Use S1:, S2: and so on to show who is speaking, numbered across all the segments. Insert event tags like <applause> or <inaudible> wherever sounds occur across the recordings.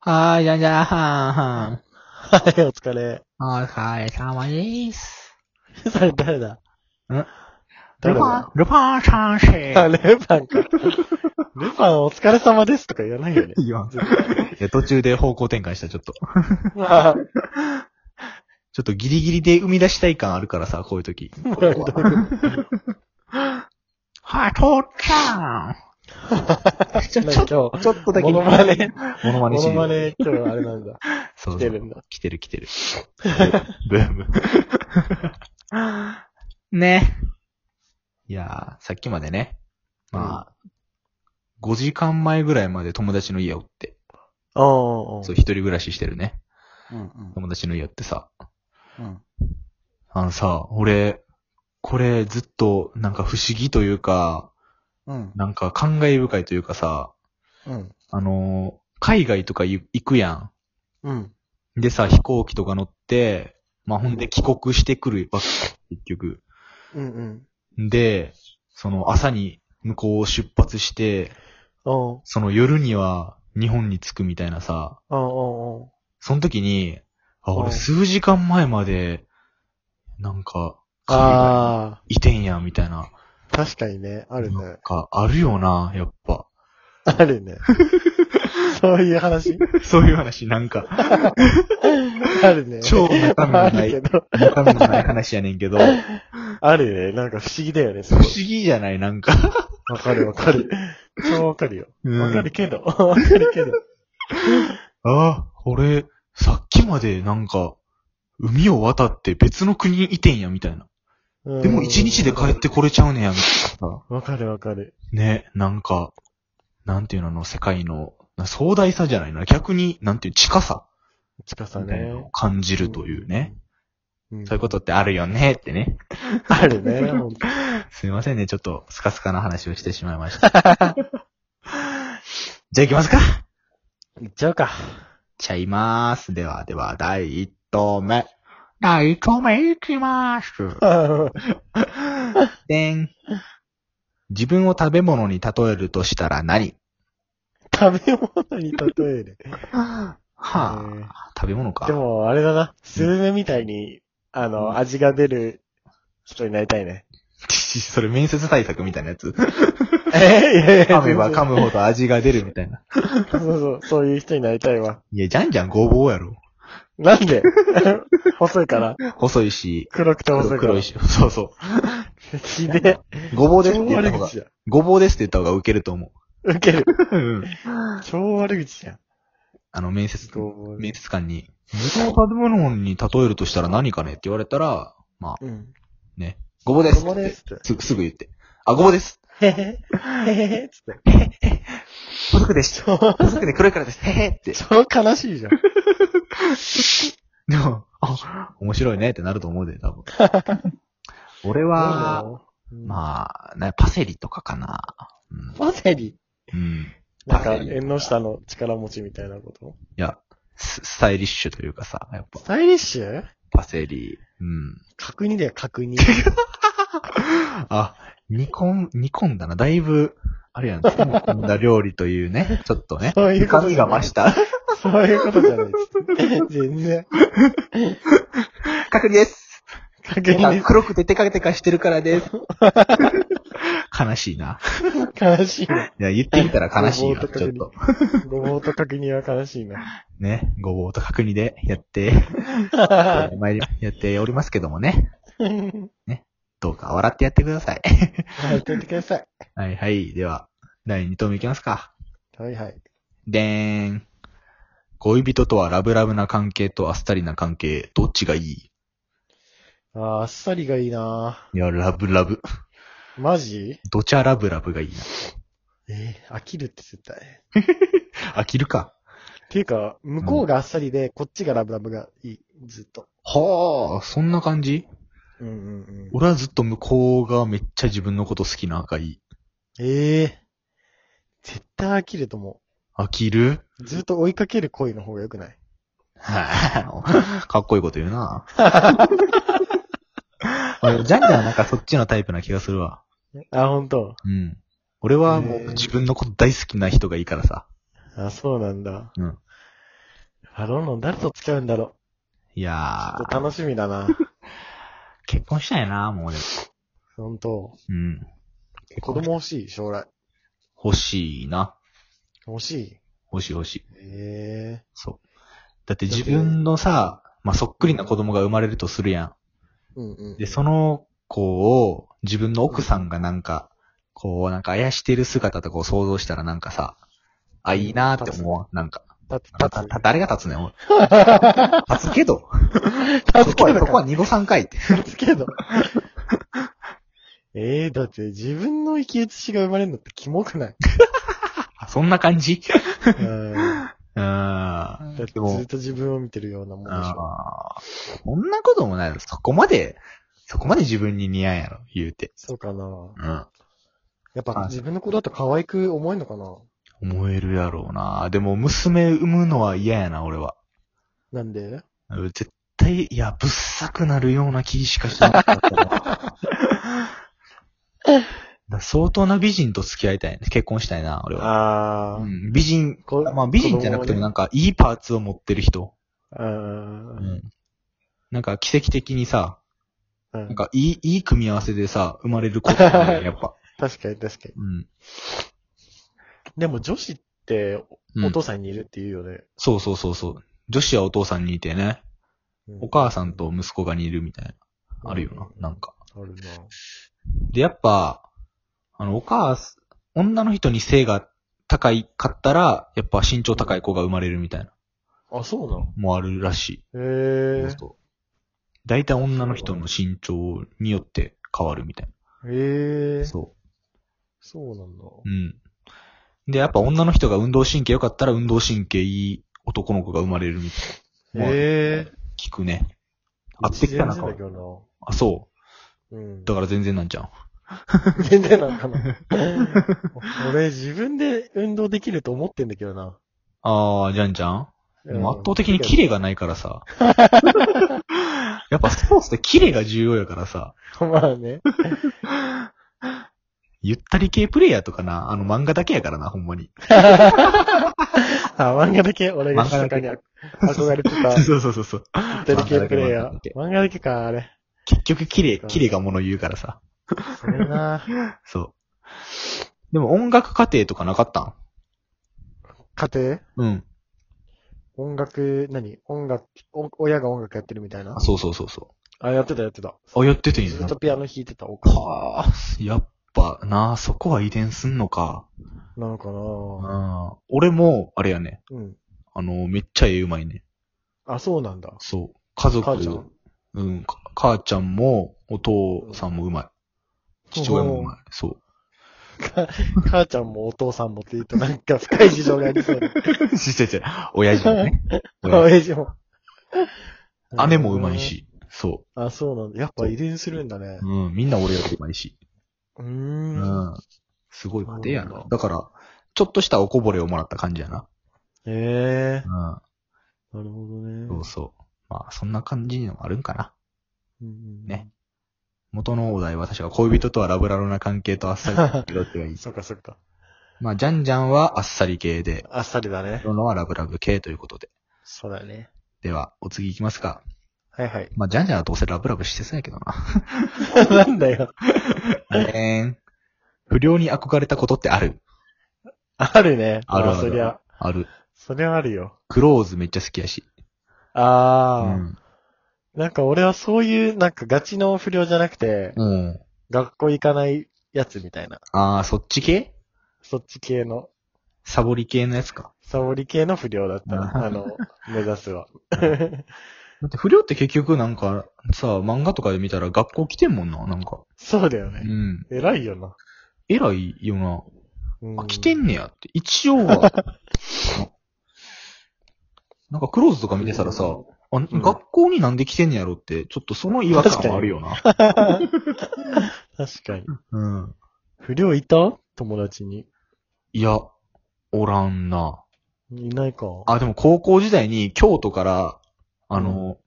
S1: はーい、じゃんじゃらはーんはーん。
S2: はい、お疲れ。
S1: お疲れ様でーす。
S2: それ誰だ
S1: んル
S2: 誰
S1: パ
S2: だ
S1: ン、ルパン三世。
S2: あ、ルパンか。ルパンお疲れ様ですとか言わな
S3: <laughs>
S2: いよね。
S1: 言わん。
S3: いや、途中で方向転換した、ちょっと。
S2: まあ、
S3: ちょっとギリギリで生み出したい感あるからさ、こういう時。
S2: <laughs>
S1: はい、父ちゃん。ちょ、ちょ、ちょ
S2: 今日、
S1: っとだけ。
S2: モノマネ、
S3: モノマ
S2: モ
S3: ネし
S2: ノマネ、今日あれなんだ。
S3: そう
S2: 来
S3: そ
S2: て
S3: う
S2: るんだ。
S3: 来てる来てる。 <laughs> ブーム。
S1: <laughs> ね。
S3: いやー、さっきまでね、まあ、5時間前ぐらいまで友達の家おって、
S2: おーお
S3: そう、
S2: ー
S3: 一人暮らししてるね。
S1: うんうん。
S3: 友達の家おってさ、
S1: うん。
S3: あのさ、俺、これずっとなんか不思議というか、
S1: うん。
S3: なんか感慨深いというかさ、
S2: うん。
S3: あのー海外とか行行くやん。
S2: うん。
S3: でさ、飛行機とか乗って、まあ、ほんで帰国してくるわけ、結局。
S2: うん。うん。
S3: で、その朝に向こうを出発して、
S2: おー
S3: その夜には日本に着くみたいなさ、
S2: おーお
S3: その時に、あ、
S2: うん
S3: 俺数時間前まで、なんか、
S2: ーおーあ
S3: いてんや、みたいな。
S2: あ、確かにね、ある
S3: なん
S2: ね。
S3: か、あるよな、やっぱ。
S2: あるね。 <laughs> そうい
S3: <laughs>
S2: う話
S3: <laughs> そういう話、なんか、
S2: あるね。
S3: 超中身のな
S2: あるけ
S3: い、
S2: ど。
S3: 中身のない話やねんけ <laughs> ど、不思
S2: あるね。なんか不思議だよね。すごい
S3: 議じゃない、なんか。
S2: わかるわかる。超わかるよ。
S3: うん
S2: わかるけど。わかるけど。
S3: ああ、俺、さっきまでなんか、海を渡って別の国にいてんや、みたいな。
S2: うん
S3: でも一日で帰ってこれちゃうねや、みたいな。
S2: わかるわかる。
S3: ね、なんか、なんていうの、あの世界の、な壮大さじゃないな。逆に、なんていう、近さ、
S2: 近さ
S3: みたいな
S2: ね
S3: のを。感じるというね。
S2: うん。
S3: そういうことってあるよね、ってね。
S2: ある
S3: <laughs>
S2: ね。ほんと
S3: すいませんね、ちょっと、スカスカな話をしてしまいました。 <laughs> じゃあ行きますか。
S2: いっちゃ
S3: <laughs>
S2: うか。
S3: ちゃいまーす。では、では、第一投目。
S1: 第一丁目行きまーす。
S3: でん。自分を食べ物に例えるとしたら何
S2: 食べ物に例える。
S1: は
S3: は
S2: え
S3: あ、食べ物
S2: ー
S3: か。
S2: でも、あれだな。スズメみたいに、あの、味が出る人になりたい
S3: <laughs>
S2: ね。
S3: <laughs> それ面接対策みたいなやつ。
S2: えいやいや
S3: 噛めば噛むほど味が出るみたいな。
S2: そうそう、そういう人になりたいわ。
S3: いや、じゃんじゃんごぼうやろ。
S2: なんで <laughs> 細いから。
S3: 細いし、
S2: 黒くて細いか
S3: 黒黒
S2: ら。
S3: い。し。そうそ
S2: ひで
S3: う。ごぼう
S2: え。
S3: ですっ
S2: 超
S3: て言った方が
S2: 悪口、じゃん。
S3: ごぼうですって言った方がウケると思
S2: ウケる。
S3: う。うん
S2: 超悪口じゃん。
S3: あの、面接、
S2: ごぼう
S3: 面接官に、自分を食べ物に例えるとしたら何かねって言われたら、まあ、
S2: うん。
S3: ね、ごぼうです
S2: 子
S3: っ
S2: 供で
S3: て
S2: すって。
S3: すぐ、すぐ言って。あ、ごぼうです。
S2: <laughs> へへへへへつって。
S3: 細くでしょ。細くで黒いからです。へへって。
S2: 超悲しいじゃん。
S3: でも、あ、面白いねってなると思うで、多 <laughs> 分。俺は、
S2: まあ、
S3: まあ、なパセリとかかな。うん
S2: パセリ。
S3: うん。
S2: なんか、
S3: パセリ
S2: 縁の下の力持ちみたいなこと。
S3: いや、ススタイリッシュというかさ、やっぱ
S2: ス、タイリッシュ
S3: パセリ。うん。
S2: 角煮だよ、角煮。
S3: あ、煮込ん、煮込んだな。だいぶ、あれやん、煮込んだ料理という
S2: <laughs>
S3: ね、ちょっとね。
S2: そういう
S3: 深
S2: こと
S3: み
S2: じゃ
S3: が
S2: ない
S3: 増した。
S2: そういうことじゃない。全然。
S3: 確認です。
S2: 角煮です。
S3: 黒くてテカテカしてるから
S2: <laughs>
S3: です。悲しいな。
S2: 悲しいな。
S3: いや、言ってみたら悲しいわ、
S2: ごぼうと
S3: ちょっと。
S2: ごぼうと角煮は悲しいな。
S3: ね、ごぼうと角煮でやって、参りやっておりますけどもね。
S2: 笑
S3: どうか笑ってやってください。 <laughs>
S2: っていてください。
S3: はいはい。では、第2投目いきますか。
S2: はいはい。
S3: でーん。恋人とはラブラブな関係とあっさりな関係、どっちがいい
S2: あーあっさりがいいない
S3: や、ラブラブ。
S2: マジ
S3: どちゃラブラブがいい
S2: えー飽きるって絶対。
S3: な。飽きるか。
S2: っていうか、向こうがあっさりで、こっちがラブラブがいい、ずっと。
S3: はあ、そんな感じ
S2: うんうんうん。
S3: 俺はずっと向こうがめっちゃ自分のこと好きながいい。
S2: ええ絶対飽きると思
S3: 飽きる
S2: う。ずっと追いかける恋の方が良くない
S3: はあ <laughs> かっこいいこと言う <laughs> な。あでもジャンジャンなんかそっちのタイプな気がするわ。
S2: あ、ほんと。
S3: うん。俺はもう自分のこと大好きな人がいいからさ。
S2: あ、そうなんだ。
S3: うん。
S2: あ、ロンロン誰と付き合うんだろ。
S3: いう
S2: ち
S3: や
S2: ょっと
S3: ー、
S2: 楽しみだな。
S3: 結婚したいな、もうでも。
S2: 本当
S3: うん。
S2: 子供欲しい、将来。
S3: 欲しいな。
S2: 欲しい。
S3: 欲しい欲しい。
S2: ええ
S3: そう。だって自分のさ、まあ、そっくりな子供が生まれるとするや
S2: うんうん。
S3: ん。で、その子を自分の奥さんがなんか、こう、なんかあやしてる姿とかを想像したらなんかさ、あ、いいなーって思うわ。なんか、
S2: 立つ、
S3: た、
S2: 立
S3: た、
S2: つ。
S3: た誰が立つね
S2: <laughs>
S3: ん、おい立つけど。
S2: 立
S3: そ
S2: つけ
S3: こは、
S2: ど
S3: そこは濁さんかいって。
S2: 立つけど。 <laughs> ええだって自分の生き写しが生まれるのってキモく <laughs> ない
S3: あそんな感
S2: <laughs>
S3: じ
S2: うん。だ
S3: うーん。
S2: って
S3: で
S2: ず
S3: も
S2: っ、と自分を見てるようなもんでしょ。
S3: ああ、そんなこともないだろ。そこまで、そこまで自分に似合うやろ、言うて。
S2: そうかな。
S3: うん。
S2: やっ
S3: は
S2: ぱ
S3: い
S2: 自分の子だと可愛く思えるのかな
S3: 思えるやろうな。でも、娘産むのは嫌やな、俺は。
S2: なんで
S3: うん絶対、いや、ぶっさくなるような気しかしてなかった
S2: <laughs>
S3: わ。だから相当な美人と付き合いたいね。結婚したいな、俺は。
S2: あ
S3: う
S2: ー
S3: ん、美人、
S2: こ
S3: まあ美人じゃなくてもなんか、いいパーツを持ってる人。
S2: う。
S3: うんん。なんか、奇跡的にさ、
S2: う
S3: なん
S2: ん。
S3: か、いい、いい組み合わせでさ、生まれることだよね、やっぱ。
S2: 確かに確かに。
S3: うん。
S2: でも女子って
S3: うん
S2: お父さんにいるって言うよね。
S3: そうそうそうそう。女子はお父さんにいてね、
S2: うん
S3: お母さんと息子が似るみたいな。あるよな、なんか。
S2: あるな。
S3: で、やっぱ、あの、お母さん、女の人に性が高いかったら、やっぱ身長高い子が生まれるみたいな、
S2: あ、そうなの
S3: もあるらしい。
S2: へえ。
S3: そう大体女の人の身長によって変わるみたい
S2: へえ
S3: な。。そ
S2: そうなんだ。
S3: う。うん。で、やっぱ女の人が運動神経良かったら運動神経いい男の子が生まれるみたいな。もう
S2: へえ。
S3: 聞くね。合ってきたな
S2: 全然だけど
S3: あ、そう。
S2: な。うん。
S3: だから全然なんじゃん。
S2: 全然なんかな。 <laughs> 俺自分で運動できると思ってんだけどな。
S3: ああ、じゃんじゃんでも圧倒的にキ
S2: 麗。
S3: レがないからさ。やっぱスポーツってキレが重要やからさ。
S2: <laughs> まあね。
S3: ゆったり系プレイヤーとかな、あの漫画だけやからな、ほんまに。
S2: あ、漫画だけ俺が
S3: 漫画だ
S2: 静
S3: け
S2: かに憧れてた。
S3: <laughs> そうそうそうそう。
S2: テレ系プレイヤ
S3: 漫画だ
S2: ー
S3: け。
S2: 漫画だけか、あれ。
S3: 結局キレ、キレが物言うからさ。
S2: それな。
S3: そう。でも音楽課程とかなかったん
S2: 家庭
S3: うん。
S2: 音楽、何音楽お、親が音楽やってるみたいな
S3: あ、。そうそうそうそ
S2: あ、やってた、やってた。
S3: う。あ、やってていいん
S2: ず
S3: だ
S2: っと。ピアノ弾いてた、お母
S3: はあ、やっぱな、そこは遺伝すんのか。
S2: なのか
S3: う。
S2: なん
S3: 俺も、あれやね。
S2: うん。
S3: あの、めっちゃ絵うまいね。
S2: あ、そうなんだ。
S3: そう。家族、
S2: 母ちゃん。
S3: うん、か母ちゃんも、お父さんもうまい。父親もうまい。そ
S2: 母ちゃんもお父さんもって言うとなんか深い事情があ
S3: <laughs>
S2: りそうで。
S3: う。ちっちゃいちっちゃい親父もね。
S2: <laughs>
S3: 親
S2: 親父も。
S3: 父姉もうまい。し。そ
S2: あ、そうなんだ。やっぱ遺伝するんだね
S3: う。。うん、みんな俺よりうまいし。
S2: う
S3: う
S2: ーん。
S3: ん。すごい家庭や
S2: そうな
S3: な。
S2: んだ
S3: だから、ちょっとしたおこぼれをもらった感じやな。
S2: ええ
S3: うん。
S2: なるほどね。
S3: そうそう。まあ、そんな感じにもあるんかな。
S2: うんうん
S3: ね。元のお題は確か恋人とはラブラブな関係とあっさりだけどってがいい。
S2: <laughs> そっかそっか。
S3: まあ、ジャンジャンはあっさり系で、
S2: あっさりだね。
S3: ロノはラブラブ系ということで。
S2: そうだね。
S3: では、お次行きますか。
S2: はいはい。
S3: まあ、ジャンジャンはどうせラブラブしてそうやけどな。
S2: <laughs> なんだよ。
S3: えーん。不良に憧れたことってある
S2: あるね。
S3: あるある
S2: まそりゃ、
S3: ある。
S2: そりゃあるよ。
S3: クローズめっちゃ好きやし。う
S2: ああ、
S3: ん。
S2: なんか俺はそういう、なんかガチの不良じゃなくて、
S3: うん。
S2: 学校行かないやつみたいな。
S3: あー、そっち系
S2: そっち系の、
S3: サボり系のやつか。
S2: サボり系の不良だったら、
S3: うん <laughs>
S2: あの、目指すわ。
S3: だって不良って結局なんかさ、漫画とかで見たら学校来てんもんな、なんか。
S2: <laughs> そうだよ
S3: う
S2: ね。
S3: ん。
S2: 偉いよな。
S3: 偉いよな。
S2: うん
S3: あ、来てんねやって。一応 <laughs> は。なんかクローズとか見てたらさ、あ学校になんで来てんねやろって、ちょっとその違和感はあるよ
S2: <laughs>
S3: な。
S2: 確かに。
S3: うん。
S2: 不良いた友達に。
S3: いや、おらんな。
S2: いないか。
S3: あ、でも高校時代に京都から、あの、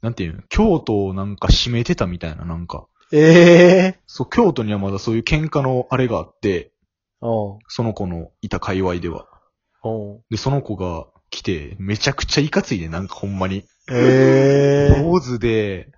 S3: なんていうの、京都をなんか閉めてたみたいな、なんか。
S2: ええ
S3: そう、京都にはまだそういう喧嘩のあれがあって、
S2: ー。おう
S3: その子のいた界隈では。
S2: おう
S3: で、その子が来て、めちゃくちゃいかついね、なんかほんまに。
S2: ええ
S3: 坊主で、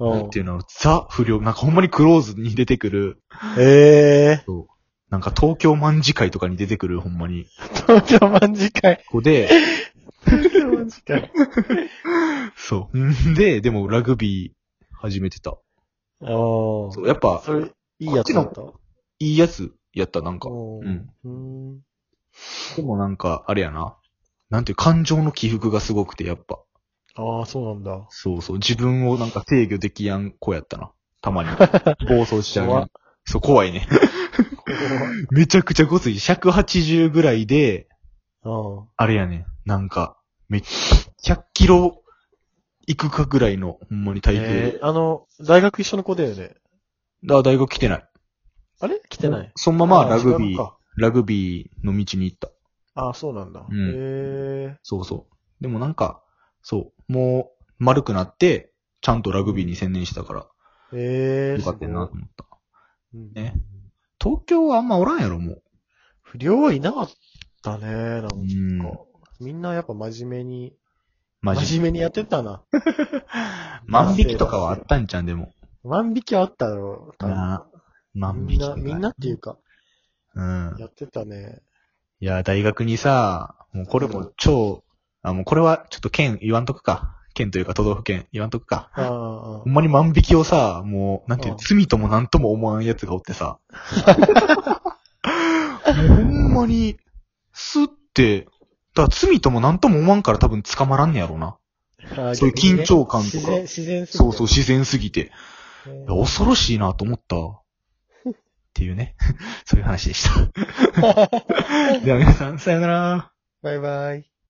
S3: な
S2: ー
S3: んて。いうの、ザ不良、なんかほんまにクローズに出てくる、
S2: ええ
S3: なんか東京卍会とかに出てくる、ほんまに。
S2: ー。東京卍会。
S3: ここ <laughs> で、
S2: 東京卍会。
S3: そう。ん <laughs> で、でもラグビー始めてた。
S2: お
S3: そ
S2: ー。
S3: う、やっぱ、
S2: それ、いいやつだった。
S3: いいやつやった、なんか。
S2: お
S3: う
S2: ー
S3: ん。
S2: うん。
S3: でもなんか、あれやな。なんていう、感情の起伏がすごくて、やっぱ。
S2: ああ、そうなんだ。
S3: そうそう、自分をなんか制御できやん子やったな。た
S2: <laughs>
S3: まに。暴走しちゃう
S2: 怖
S3: ね
S2: っ。
S3: そう、怖いね。めちゃくちゃごつい。180ぐらいで、
S2: うん。
S3: あれやね、なんか、めっちゃ、100キロ行くかぐらいの、ほんまに体型。
S2: ええあの、大学一緒の子だよね。
S3: だ大学来てない。
S2: あれ来てない。
S3: そのままラグ
S2: 違
S3: ビ
S2: う
S3: ー
S2: の、か
S3: ラグビーの道に行った。
S2: ああ、そうなんだ。
S3: うん
S2: ええ
S3: そうそう。でもなんか、そう、もう、丸くなって、ちゃんとラグビーに専念したから、
S2: ー。ええー。
S3: よかったな
S2: す
S3: と思った。
S2: ごい。うん
S3: ね東京はあんまおらんやろ、もう。
S2: 不良はいなかったね、なんか。
S3: うん
S2: みんなやっぱ真面目に、
S3: マジ
S2: 真面目にやってたな。
S3: 万引きとかはあったんじゃん、でも。
S2: 万引きはあったろう、多分
S3: な万
S2: み
S3: 引き
S2: ん
S3: と
S2: な、
S3: か。
S2: みんなっていうか、
S3: うん。
S2: やってたね。
S3: いや、大学にさ、もうこれも超、あ、もうこれはちょっと県言わんとくか。県というか都道府県言わんとくか。
S2: あああ
S3: ほんまに万引きをさ、もう、なんていう
S2: う、ん
S3: 罪ともなんとも思わんやつがおってさ。もうほんまに、すって、だから罪ともなんとも思わんから多分捕まらんねやろうな。
S2: <laughs> あああ、
S3: そういう緊張感とか
S2: 自然、自然すぎて
S3: そうそう、自然すぎて。い <laughs> や恐ろしいなと思ったわ。っていうね。 <laughs> そういう話でした。では皆さん、さよなら。
S2: バイバイ。